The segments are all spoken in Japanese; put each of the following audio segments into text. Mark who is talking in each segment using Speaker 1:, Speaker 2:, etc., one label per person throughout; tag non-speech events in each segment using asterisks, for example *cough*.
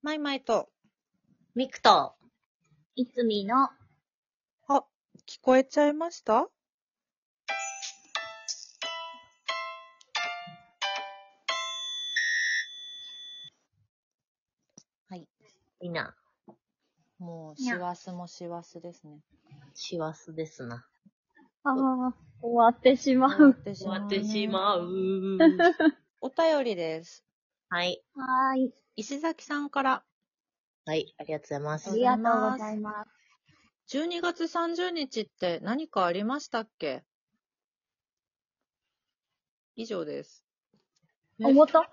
Speaker 1: マイマイと、
Speaker 2: ミクと、いつみの、
Speaker 1: あ、聞こえちゃいました
Speaker 2: みんな、
Speaker 1: もう、
Speaker 2: い
Speaker 1: 師
Speaker 2: や
Speaker 1: 走も師走ですね。
Speaker 2: 師走ですな。
Speaker 3: ああ、終わってしま
Speaker 1: 終わ
Speaker 3: う。
Speaker 1: ってし
Speaker 2: 終
Speaker 1: ま
Speaker 2: わ
Speaker 1: う、
Speaker 2: ってしまう。
Speaker 1: お便りです。
Speaker 2: *laughs* はい。
Speaker 3: はーい。
Speaker 1: 石崎さんから、
Speaker 2: はい、ありがとうございます
Speaker 3: あ。りがとうございます。
Speaker 1: 12月30日って何かありましたっけ以上です。
Speaker 2: え
Speaker 3: 思った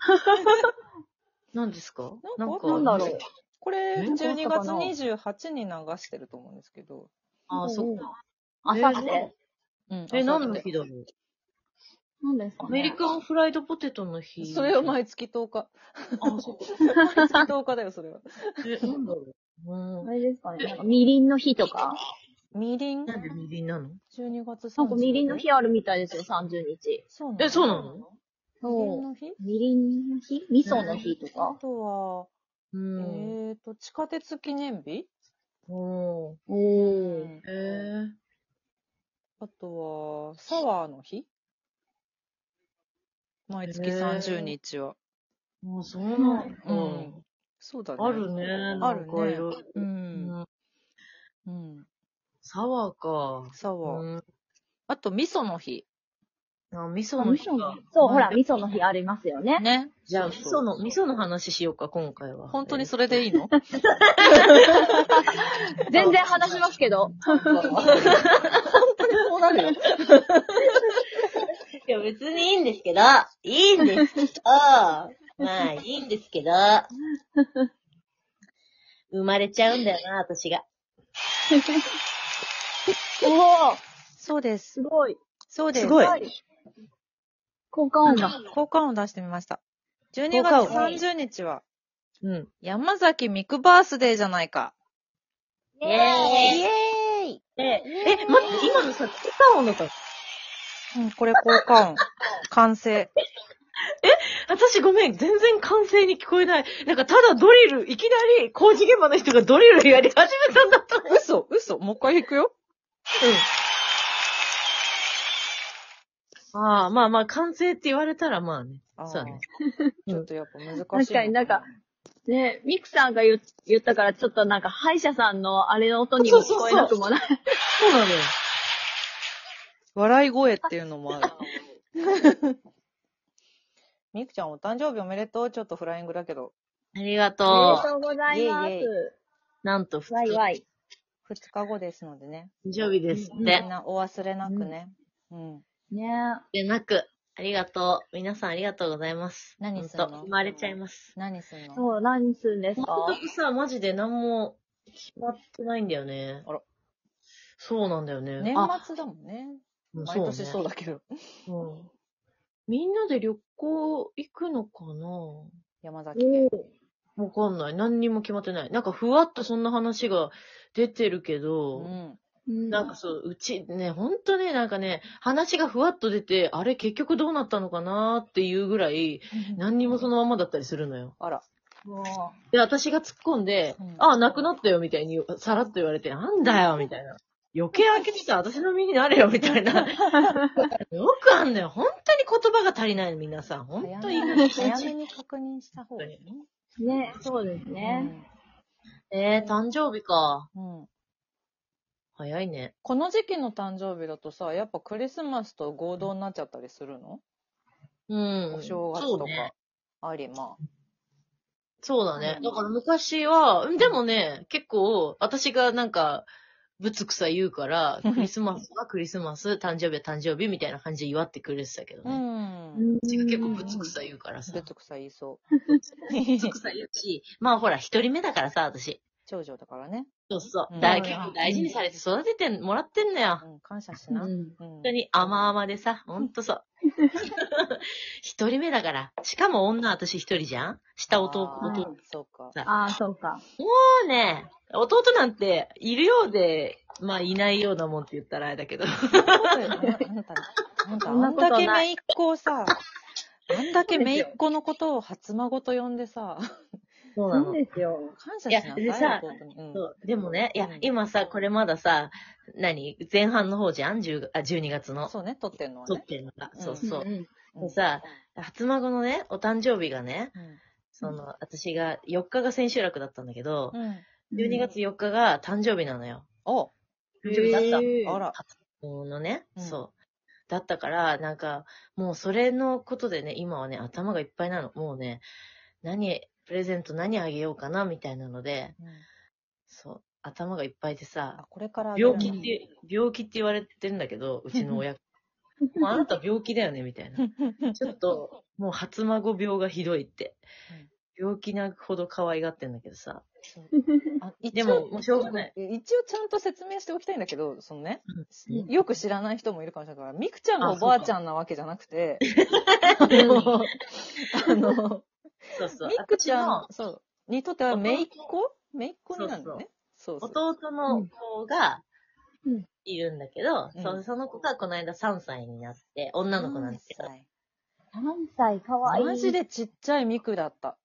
Speaker 2: 何ですか
Speaker 1: なんか
Speaker 3: なんだろう。
Speaker 1: これ、12
Speaker 2: え
Speaker 3: なん
Speaker 1: 月
Speaker 3: かあっ
Speaker 1: 28に流してると思うんですけど。
Speaker 2: ああ、そっか。
Speaker 3: あさって。
Speaker 1: うん
Speaker 2: え、何の
Speaker 1: で
Speaker 2: 日だろう
Speaker 3: 何ですか
Speaker 2: アメリカンフライドポテトの日。
Speaker 1: それは
Speaker 2: 前。
Speaker 1: 毎月10日。
Speaker 2: あ、そっか。
Speaker 1: *laughs* 毎月10日だよ、それは。
Speaker 2: え、何だろうう
Speaker 3: あれですかね。なんかみりんの日とか。
Speaker 1: みりん
Speaker 2: ん。、なんでみりんなの
Speaker 1: 12月30日。
Speaker 3: なんかみりんの日あるみたいですよ、30日。
Speaker 1: そうなの
Speaker 2: え、そうなの
Speaker 1: みりん
Speaker 3: そ
Speaker 1: の日
Speaker 3: う。みりんの日味噌の日と
Speaker 1: あ
Speaker 3: か。
Speaker 1: とは、え
Speaker 2: うん。
Speaker 1: ーと、地下鉄記念日
Speaker 2: おー。
Speaker 3: お
Speaker 1: う
Speaker 3: お。
Speaker 1: ん
Speaker 2: えー。
Speaker 1: あとは、サワーの日毎月
Speaker 2: へー
Speaker 1: 30日は。
Speaker 2: あ、そうなんだ。
Speaker 1: うんそうだね。
Speaker 2: あるね。
Speaker 1: あ
Speaker 2: な
Speaker 1: る
Speaker 2: ん
Speaker 1: ね
Speaker 2: かいろいろ。
Speaker 1: う。
Speaker 2: うんん。
Speaker 1: うん。
Speaker 2: サワーか。
Speaker 1: サワー。
Speaker 2: うん。
Speaker 1: あと、味噌の日。
Speaker 2: あ、味噌
Speaker 3: そう、
Speaker 2: の
Speaker 3: 味
Speaker 2: 日
Speaker 3: 噌の
Speaker 2: か
Speaker 3: 日。。そう、ほら、味噌の日ありますよね。
Speaker 1: ね。
Speaker 2: じゃあ、
Speaker 1: そう
Speaker 2: 味
Speaker 1: そ
Speaker 2: 噌
Speaker 1: う
Speaker 2: の、味噌の話しようか、今回は。
Speaker 1: 本当にそれでいい
Speaker 2: *laughs*
Speaker 1: の
Speaker 3: 全然話しますけど。
Speaker 1: そうなるよ。
Speaker 2: いや、別にいいんですけど、いいんですけど、まあ、いいんですけど、生まれちゃうんだよな、私が。
Speaker 3: おお
Speaker 1: そうです。
Speaker 3: すごい。
Speaker 1: そうです。
Speaker 2: すごい
Speaker 3: はい効果音だ。
Speaker 1: 交換音出してみました。12
Speaker 2: 効果
Speaker 1: 月
Speaker 2: 音
Speaker 1: 30日は、
Speaker 2: うん。
Speaker 1: 山崎ミクバースデーじゃないか。
Speaker 2: イェー
Speaker 1: イエーイ
Speaker 2: イえ、え待って、今のさ、効果音だった。
Speaker 1: うん、これ効果音。完成。
Speaker 2: 私ごめん、全然完成に聞こえない。なんか、ただドリル、いきなり工事現場の人がドリルやり始めたんだった。
Speaker 1: 嘘嘘もう一回弾くよ。
Speaker 2: うん。ああ、まあまあ、完成って言われたらまあね。
Speaker 1: あー
Speaker 2: そうだね。
Speaker 1: ちょっとやっぱ難しい。
Speaker 3: 確かになんか。、ねミクさんが言言ったから、ちょっとなんか、歯医者さんのあれの音にも聞こえなくもない。
Speaker 2: そうなのよ。
Speaker 1: 笑い声っていうのもある。 *laughs* みくちゃんお誕生日おめでとう。ちょっとフライングだけど。
Speaker 2: ありが
Speaker 3: お
Speaker 2: と
Speaker 3: めで
Speaker 2: う。
Speaker 3: とうございま
Speaker 1: イェイイ
Speaker 3: す。
Speaker 2: なんと、
Speaker 3: わいわい。
Speaker 1: 2日後ですのでね。
Speaker 2: 誕生日ですっ
Speaker 1: みん
Speaker 2: て。
Speaker 1: なお忘れなくね。うん。
Speaker 3: ね
Speaker 2: でなく、ありがとう。皆さんありがとうございます。
Speaker 1: 何すんの
Speaker 2: ほんと生まれちゃいます。
Speaker 1: 何すん
Speaker 3: え。
Speaker 1: の
Speaker 3: そう、何するんです
Speaker 2: 全
Speaker 3: か
Speaker 2: くさ、マジで何も決まってないんだよね。
Speaker 1: あら。
Speaker 2: そうなんだよね。
Speaker 1: 年
Speaker 2: あ、
Speaker 1: 末だもんね。
Speaker 2: うん
Speaker 1: 毎年そううだけど。
Speaker 2: ねうんみんなで旅行行くのかな
Speaker 1: 山崎で。
Speaker 3: お
Speaker 2: わかんない。何にも決まってない。なんかふわっとそんな話が出てるけ
Speaker 1: う
Speaker 2: ど、
Speaker 1: ん。
Speaker 3: ー
Speaker 2: なんかそう、うちね、ほんとね、なんかね、話がふわっと出て、あれ結局どうなったのかなっていうぐらい、何にもそのままだったりするのよ。
Speaker 1: あら。
Speaker 3: も
Speaker 2: で、私が突っ込んで、
Speaker 1: うん
Speaker 2: あ、なくなったよ、みたいに、さらっと言われて、なんだよ、みたいな。余計開けてた、私の身になれよ、みた
Speaker 1: *laughs*
Speaker 2: いな。よくあんのよ。本当に言葉が足りないの、皆さん。本
Speaker 1: 早
Speaker 2: 当に。
Speaker 1: めに早めに確認した方がいいね。
Speaker 3: う、ね、そうですね。
Speaker 2: えー、誕生日か。
Speaker 1: うん。うん
Speaker 2: 早いね。
Speaker 1: この時期の誕生日だとさ、やっぱクリスマスと合同になっちゃったりするの、
Speaker 2: うん。
Speaker 1: お正月
Speaker 2: そ
Speaker 1: とか
Speaker 2: うね。
Speaker 1: あり、ま
Speaker 2: そうだね。だから昔は、でもね、結構、私がなんか、ぶつくさ言うから、クリスマスはクリスマス、誕生日は誕生日みたいな感じで祝ってくれてたけど
Speaker 1: あ。う
Speaker 2: ね。
Speaker 1: ん。
Speaker 2: 私が結構ぶつくさ言うからさ。
Speaker 1: ぶつくさ言いそう。
Speaker 2: ぶつくさ言うし、まあほら、一人目だからさ、私。
Speaker 1: 長女だからね。
Speaker 2: そうそうう。
Speaker 1: ん
Speaker 2: だ結構大事にされて育ててもらってんのよ。
Speaker 1: うん、感謝し
Speaker 3: う
Speaker 1: な。
Speaker 3: ん。
Speaker 1: 本
Speaker 2: 本当。に甘々でさ、ほんと *laughs* そう。一人目だから。しかも女、私一人じゃん下弟、
Speaker 1: あー
Speaker 2: 弟。も
Speaker 1: そうか。
Speaker 3: ああ、そうか。
Speaker 2: うね、弟なんて、いるようで、まあいないようなもんって言ったらあれだけど。
Speaker 1: そうだよねあんた、あんた、
Speaker 3: そ
Speaker 1: あ
Speaker 3: んなんこ
Speaker 1: だ
Speaker 3: とな
Speaker 1: け姪っ
Speaker 3: い
Speaker 1: 子をさ、あんだけ姪っ子のことを初孫と呼んでさ、
Speaker 2: そうな
Speaker 3: そ
Speaker 2: の。
Speaker 3: うですよ。
Speaker 1: 感謝しない
Speaker 2: やで
Speaker 1: さ
Speaker 2: さ
Speaker 1: い、弟に。うん
Speaker 2: *laughs* そうでもね、いや
Speaker 1: うん、
Speaker 2: 今さ、これまださ、何前半の方じゃん ?10 あ12月の。
Speaker 1: そうね、撮ってんのは
Speaker 2: 撮っ
Speaker 1: ね。
Speaker 2: てるのが。
Speaker 1: うん
Speaker 2: そうそう。
Speaker 3: ん
Speaker 2: でさ、初孫のね、お誕生日がね、
Speaker 1: うん
Speaker 2: その、私が、4日が千秋楽だったんだけど、
Speaker 1: うん。
Speaker 2: 12月4日が誕生日なのよ。
Speaker 1: お
Speaker 2: 誕生日だった
Speaker 3: へー
Speaker 1: あら。
Speaker 2: のね、
Speaker 1: うん
Speaker 2: そう。だったから、なんか、もうそれのことでね、今はね、頭がいっぱいなの。もうね、何、プレゼント何あげようかな、みたいなので、
Speaker 1: うん
Speaker 2: そう、頭がいっぱいで
Speaker 1: あ
Speaker 2: さ、、
Speaker 1: これからあげる
Speaker 2: 病
Speaker 1: の
Speaker 2: 気って、病気って言われてんだけど、うち
Speaker 1: *laughs*
Speaker 2: の親。もうあなた病気だよね、みたいな。ちょっと、もう初孫病がひどいって。病気なほど可愛がってんだけ
Speaker 1: *laughs*
Speaker 2: どさ。
Speaker 1: そう
Speaker 3: う
Speaker 1: あ一応
Speaker 2: でも、もうしょうがない。
Speaker 1: 一応ちゃんと説明しておきたいんだけど、そのね、
Speaker 3: うん
Speaker 1: よく知らない人もいるかもしれないから、みくちゃんがおばあちゃんなわけじゃなく
Speaker 2: *laughs*
Speaker 1: て、
Speaker 2: そう
Speaker 1: もうあの、
Speaker 2: そう。
Speaker 1: みくちゃ
Speaker 2: 私の
Speaker 1: ん、そう、にとってはめいっ子めいっ子になるんだよね。そうそう。
Speaker 2: 弟の子が
Speaker 3: うん
Speaker 2: いるんだけど、
Speaker 1: うん
Speaker 2: そその子がこの間3歳になって、女の子なんですけど、
Speaker 1: 歳
Speaker 3: ん。3歳、かわいい。
Speaker 1: マジでちっちゃいみくだった。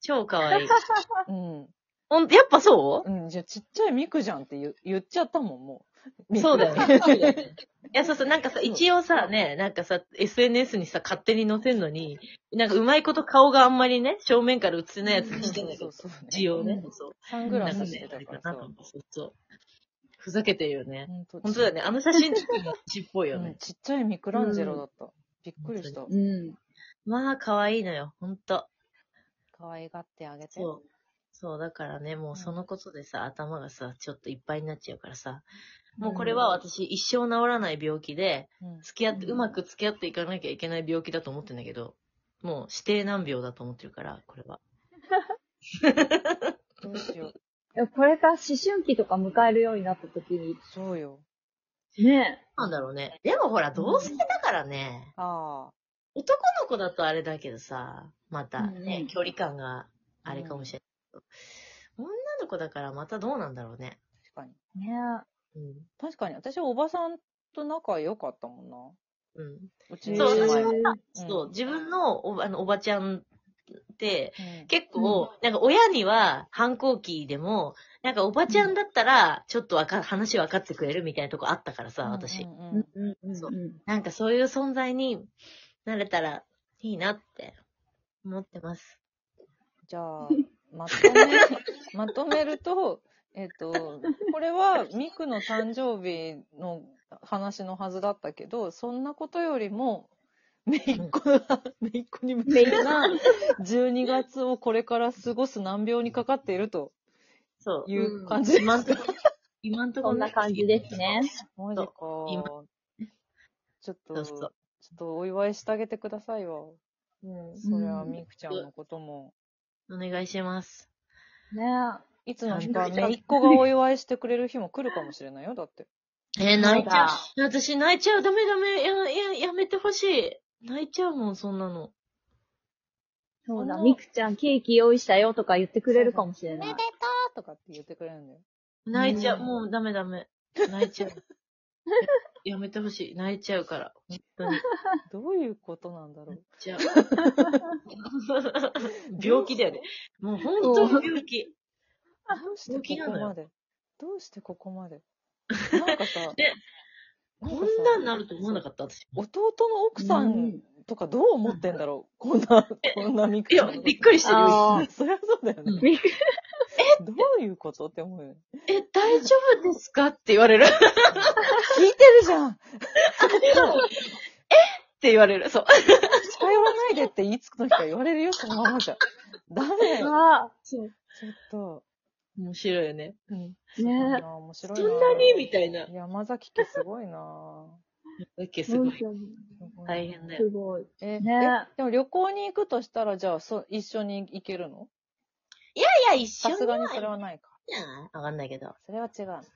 Speaker 2: 超可愛い。 *laughs*
Speaker 1: うん。
Speaker 2: ほんやっぱそう
Speaker 1: うん、じゃあちっちゃいみくじゃんって言う言っちゃったもん、もう。
Speaker 2: そうだよね。そうだよねいや、そうそう、なんかさ、
Speaker 1: そう
Speaker 2: 一応さ、ね、なんかさ、SNS にさ、勝手に載せんのに、なんかうまいこと顔があんまりね、正面から映せないやつにしてんだけ
Speaker 1: そう
Speaker 2: ど、
Speaker 1: そうそう。
Speaker 2: 需要ね
Speaker 3: う。
Speaker 2: そう。
Speaker 1: サングラ
Speaker 2: なんか
Speaker 1: ス
Speaker 2: ね
Speaker 1: してたから
Speaker 2: な
Speaker 1: さ
Speaker 2: ん。かそうそう。ふざけてるよね。
Speaker 1: 本当
Speaker 2: 本当だよね。あの写真ちょっと昔っぽい
Speaker 1: う
Speaker 2: よ
Speaker 1: ん
Speaker 2: ね。
Speaker 1: ちっちゃいミクランジェロだった。びっくりした。
Speaker 3: *laughs* うん。
Speaker 2: まあ、可愛いのよ。ほんと。
Speaker 1: 可愛がってあげて。
Speaker 2: そう。そう、だからね、もうそのことでさ、頭がさ、ちょっといっぱいになっちゃうからさ、もうこれは私一生治らない病気で、
Speaker 1: うん
Speaker 2: 付き合って、
Speaker 3: うん
Speaker 2: うまく付き合っていかなきゃいけない病気だと思ってんだけど、もう指定難病だと思ってるから、これは。
Speaker 1: どうしよう。
Speaker 3: いやこれから思春期とか迎えるようになった時に、
Speaker 1: そうよ。
Speaker 3: ね
Speaker 2: なんだろうね。でもほら、同性だからね、
Speaker 1: あ
Speaker 2: 男の子だとあれだけどさ、またね、
Speaker 3: うん
Speaker 2: 距離感があれかもしれないけど、女の子だからまたどうなんだろうね。
Speaker 1: あ、確かに。
Speaker 3: え。ね
Speaker 2: うん。
Speaker 1: 確かに。私はおばさんと仲良かったもんな。
Speaker 2: うん。
Speaker 1: うち
Speaker 3: え。
Speaker 1: の
Speaker 2: そう
Speaker 1: 姉
Speaker 2: 私
Speaker 1: 妹
Speaker 2: も
Speaker 1: で。
Speaker 2: そ
Speaker 1: う
Speaker 2: う、
Speaker 1: ん
Speaker 2: 自分のおばあのおばちゃんって、
Speaker 1: うん
Speaker 2: 結構、なんか親には反抗期でも、なんかおばちゃんだったら、ちょっとわか、話分かってくれるみたいなとこあったからさ、私。
Speaker 1: うんうん
Speaker 3: う
Speaker 1: うんん
Speaker 3: うんうん
Speaker 2: そう
Speaker 3: うん。
Speaker 2: なんかそういう存在になれたらいいなって思ってます。
Speaker 1: じゃあ、まとめ、 *laughs* まとめると、えっ、と、これはミクの誕生日の話のはずだったけど、そんなことよりも、めいっ子が、めいっ子に向けてな、12月をこれから過ごす難病にかかっていると
Speaker 2: そう。
Speaker 1: いう感じです。
Speaker 2: 今んとこ、今んとこ
Speaker 3: そんな感じですね。
Speaker 1: マジか。
Speaker 2: 今
Speaker 1: *laughs* ちょっ
Speaker 2: そ
Speaker 1: と、
Speaker 2: う
Speaker 1: ち
Speaker 2: そう
Speaker 1: ょっとお祝いしてあげてくださいわ。
Speaker 2: うん
Speaker 1: それはみくちゃんのことも。
Speaker 2: お願いします。
Speaker 3: ね
Speaker 1: いつの日
Speaker 2: う
Speaker 1: か
Speaker 2: ん
Speaker 1: めいっ子がお祝いしてくれる日も来るかもしれないよ、だって。
Speaker 2: えー、
Speaker 3: な
Speaker 2: 泣い
Speaker 3: ん
Speaker 2: ちゃ
Speaker 3: か
Speaker 2: う。私泣いちゃう。ダメダメ。や、や、やめてほしい。泣いちゃうもん、そんなの。
Speaker 3: そうだ、
Speaker 1: あの
Speaker 3: みくちゃんケーキ用意したよとか言ってくれるかもしれない。
Speaker 1: とかって言ってくれるんだよ。
Speaker 2: 泣いちゃう。
Speaker 3: うん
Speaker 2: もうダメダメ。泣いちゃう。ややめてほしい。泣いちゃうから。本当に。泣い
Speaker 1: どういうことなんだろう。
Speaker 2: ちゃう。 *laughs* 病気だよね。もう本当に病気。
Speaker 1: どうしてここまでどうしてここま *laughs* でなんかさ、
Speaker 2: で
Speaker 1: なんか
Speaker 2: こ
Speaker 1: さ
Speaker 2: んなんなると思わなかった、私。
Speaker 1: 弟の奥さんとかどう思ってんだろう、こんな、こんなミク
Speaker 2: い
Speaker 1: ちゃ
Speaker 2: や
Speaker 1: んの、こと。
Speaker 2: びっくりしてる。
Speaker 3: あ
Speaker 1: そりゃそうだよね。
Speaker 3: みく
Speaker 1: *laughs* どういうことって思うよね。
Speaker 2: え、大丈夫ですかって言われる。っ *laughs*
Speaker 1: 聞いてるじゃん
Speaker 2: て言われる。そう。
Speaker 1: 近寄らないでっていつの日か言われるよ、そのままじゃ。ダメ
Speaker 3: ち
Speaker 1: よ
Speaker 3: ゃ
Speaker 1: ちょっと。
Speaker 2: 面白いよね。
Speaker 1: うん。
Speaker 3: ね
Speaker 1: あ面白
Speaker 2: そ
Speaker 1: い
Speaker 2: ん
Speaker 1: な。
Speaker 2: なにみたいな。
Speaker 1: 山崎家すごいな
Speaker 2: だっけ、すごい。
Speaker 3: 本当に
Speaker 1: すごいな
Speaker 2: 大変だよ。
Speaker 3: すごい。
Speaker 1: え、
Speaker 3: ね
Speaker 1: え、でも旅行に行くとしたら、じゃあ、そ、一緒に行けるの
Speaker 2: いや、一緒
Speaker 1: さ
Speaker 2: に
Speaker 1: すがにそ
Speaker 2: は
Speaker 1: れはないか。
Speaker 2: いいんじゃないわかんないけど。
Speaker 1: それは違うのか。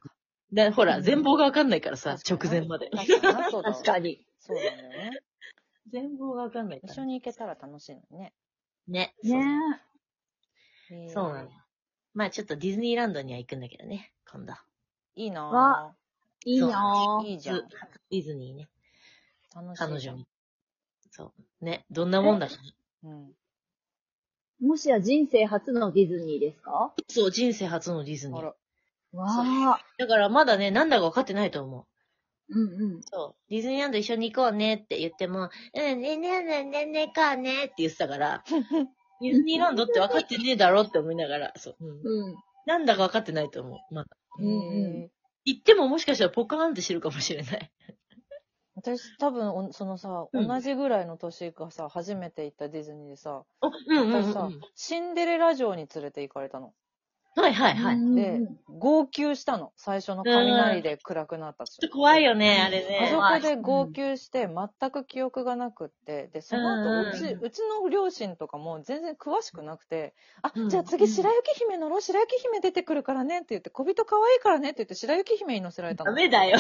Speaker 2: だほら、全貌がわかんないからさ、
Speaker 1: 確か
Speaker 2: 直
Speaker 1: に
Speaker 2: 前まで。
Speaker 1: 確かにそうだわ
Speaker 3: 確かに。
Speaker 1: そうなんだよね。
Speaker 2: 全貌がわかんないか
Speaker 1: 一緒
Speaker 2: ら。
Speaker 1: に行けたら楽しいのにね。
Speaker 2: ね。
Speaker 3: ね
Speaker 1: えー
Speaker 2: そうなの。まあちょっとディズニーランドには行くんだけどね、今度。
Speaker 1: いいな
Speaker 3: わいいな
Speaker 1: ぁ。いいじゃん
Speaker 2: 初。ディズニーね、
Speaker 1: 楽しい。
Speaker 2: 彼女に。そう。ね、どんなもんだか。
Speaker 1: うん。
Speaker 3: もしや人生初のディズニーですか
Speaker 2: そう、人生初のディズニ
Speaker 1: あ
Speaker 2: ー。
Speaker 1: ら。
Speaker 3: わあ。
Speaker 2: だからまだね、なんだか分かってないと思う。
Speaker 3: うんうん。
Speaker 2: そう。ディズニーランド一緒に行こうねって言っても、うん、ねねねねね行こうねって言ってたから、ディズニーランドって分かってねえだろって思いながら、そう。うん
Speaker 3: うん。
Speaker 2: なんだか分かってないと思う。まだ。
Speaker 3: うんうん
Speaker 1: へー
Speaker 2: 行ってももしかしたらポカーンってしてるかもしれない。
Speaker 1: 私多分おそのさ、
Speaker 2: うん
Speaker 1: 同じぐらいの年がさ初めて行ったディズニーでさ
Speaker 2: あ、うんうん、う
Speaker 1: 私
Speaker 2: ん。
Speaker 1: さ、
Speaker 2: はい
Speaker 1: シンデレラ城に連れて行かれたの
Speaker 2: はいはい。ちょ
Speaker 1: で
Speaker 3: うん
Speaker 1: 号泣したの最初の雷で暗くなった
Speaker 2: っと怖いよね、あれ
Speaker 1: あ
Speaker 2: ね。
Speaker 1: そこで号泣して全く記憶がなくって、で、その後、うち、
Speaker 2: うん
Speaker 1: うちの両親とかも全然詳しくなくて、あ、
Speaker 2: うん
Speaker 1: じゃあ次白雪姫乗ろう、白雪姫出てくるからねって言って、小人可愛いからねって言って白雪姫に乗せられた
Speaker 2: ダ
Speaker 1: の。
Speaker 2: メだよ。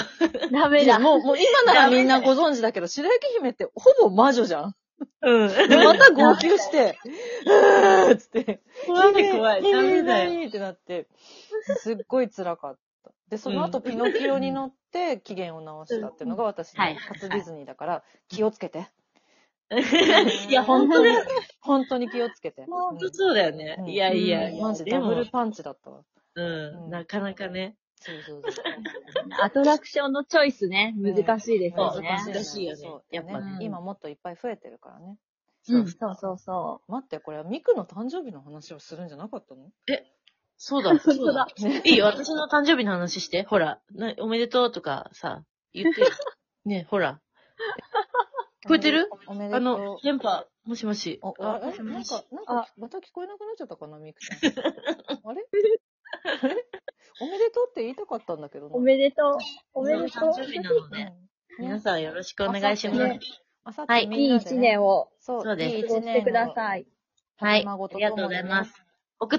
Speaker 3: ダメ
Speaker 1: いや
Speaker 3: だ。
Speaker 1: もう、もう今ならみんなご存知だけど、白雪姫ってほぼ魔女じゃん。
Speaker 2: うん。
Speaker 1: でまた号泣して、うーっつって、
Speaker 2: 怖い怖い。
Speaker 1: 姫
Speaker 2: *laughs* ダメ
Speaker 1: 姫
Speaker 2: だよ。
Speaker 1: ってなって、すっごい辛かった。で、その後ピノキオに乗って機嫌を直したっていうのが私の
Speaker 2: はい
Speaker 1: 初ディズニーだから、気をつけて。
Speaker 2: *laughs* いや、本当だよ。
Speaker 1: 本当に気をつけて。
Speaker 2: 本当そうだよね
Speaker 1: う。ん
Speaker 2: いやいや
Speaker 1: う
Speaker 2: い
Speaker 1: ん
Speaker 2: や。
Speaker 1: マジ
Speaker 2: で
Speaker 1: ダブ
Speaker 2: も
Speaker 1: ル、パンチだったわ。
Speaker 2: うん。なかなかね。
Speaker 1: そうそうそう。
Speaker 3: アトラクションのチョイスね、難しいです
Speaker 2: そ
Speaker 3: よ
Speaker 2: う
Speaker 3: ね。
Speaker 2: 難しいよね
Speaker 1: そう
Speaker 2: やっぱ
Speaker 3: ね
Speaker 1: 今もっといっぱい増えてるからね。
Speaker 3: うん、そうそうそ
Speaker 1: 待って、これはミクの誕生日の話をするんじゃなかったの
Speaker 2: そ
Speaker 1: *laughs*
Speaker 2: うだ、
Speaker 3: う。
Speaker 2: そうだ。。いいよ、私の誕生日の話して。ほら、なおめでとうとかさ、
Speaker 1: *laughs*
Speaker 2: 言ってよ。ね、ほら。聞こえてる
Speaker 1: おめで
Speaker 2: あの
Speaker 1: と、
Speaker 2: 電波、もしもし。
Speaker 1: う。あ、あ
Speaker 2: も
Speaker 1: え
Speaker 2: し
Speaker 1: なん
Speaker 2: もし
Speaker 1: か、なん
Speaker 3: あ
Speaker 1: か、また聞こえなくなっちゃったかな、ミクちゃん。あれあれおめでとうって言いたかったんだけどな。
Speaker 3: おめでとう。おめ
Speaker 2: 私の
Speaker 3: で
Speaker 2: 誕。
Speaker 3: とう
Speaker 2: 生日なので、皆さんよろしくお願いします
Speaker 3: ね。
Speaker 1: あさっ
Speaker 2: は
Speaker 1: て
Speaker 2: い
Speaker 1: みん
Speaker 3: いい
Speaker 1: なで
Speaker 3: 一
Speaker 1: ね。
Speaker 3: 年を
Speaker 1: そう
Speaker 2: そうです
Speaker 1: いい
Speaker 3: 過
Speaker 1: 一
Speaker 3: ごして
Speaker 1: 年
Speaker 3: くだ
Speaker 1: を
Speaker 3: さい。
Speaker 2: はい。
Speaker 1: 卵
Speaker 2: あ
Speaker 1: と
Speaker 2: りがとう
Speaker 1: 共
Speaker 2: ご
Speaker 1: に
Speaker 2: ざ
Speaker 1: ね
Speaker 2: います。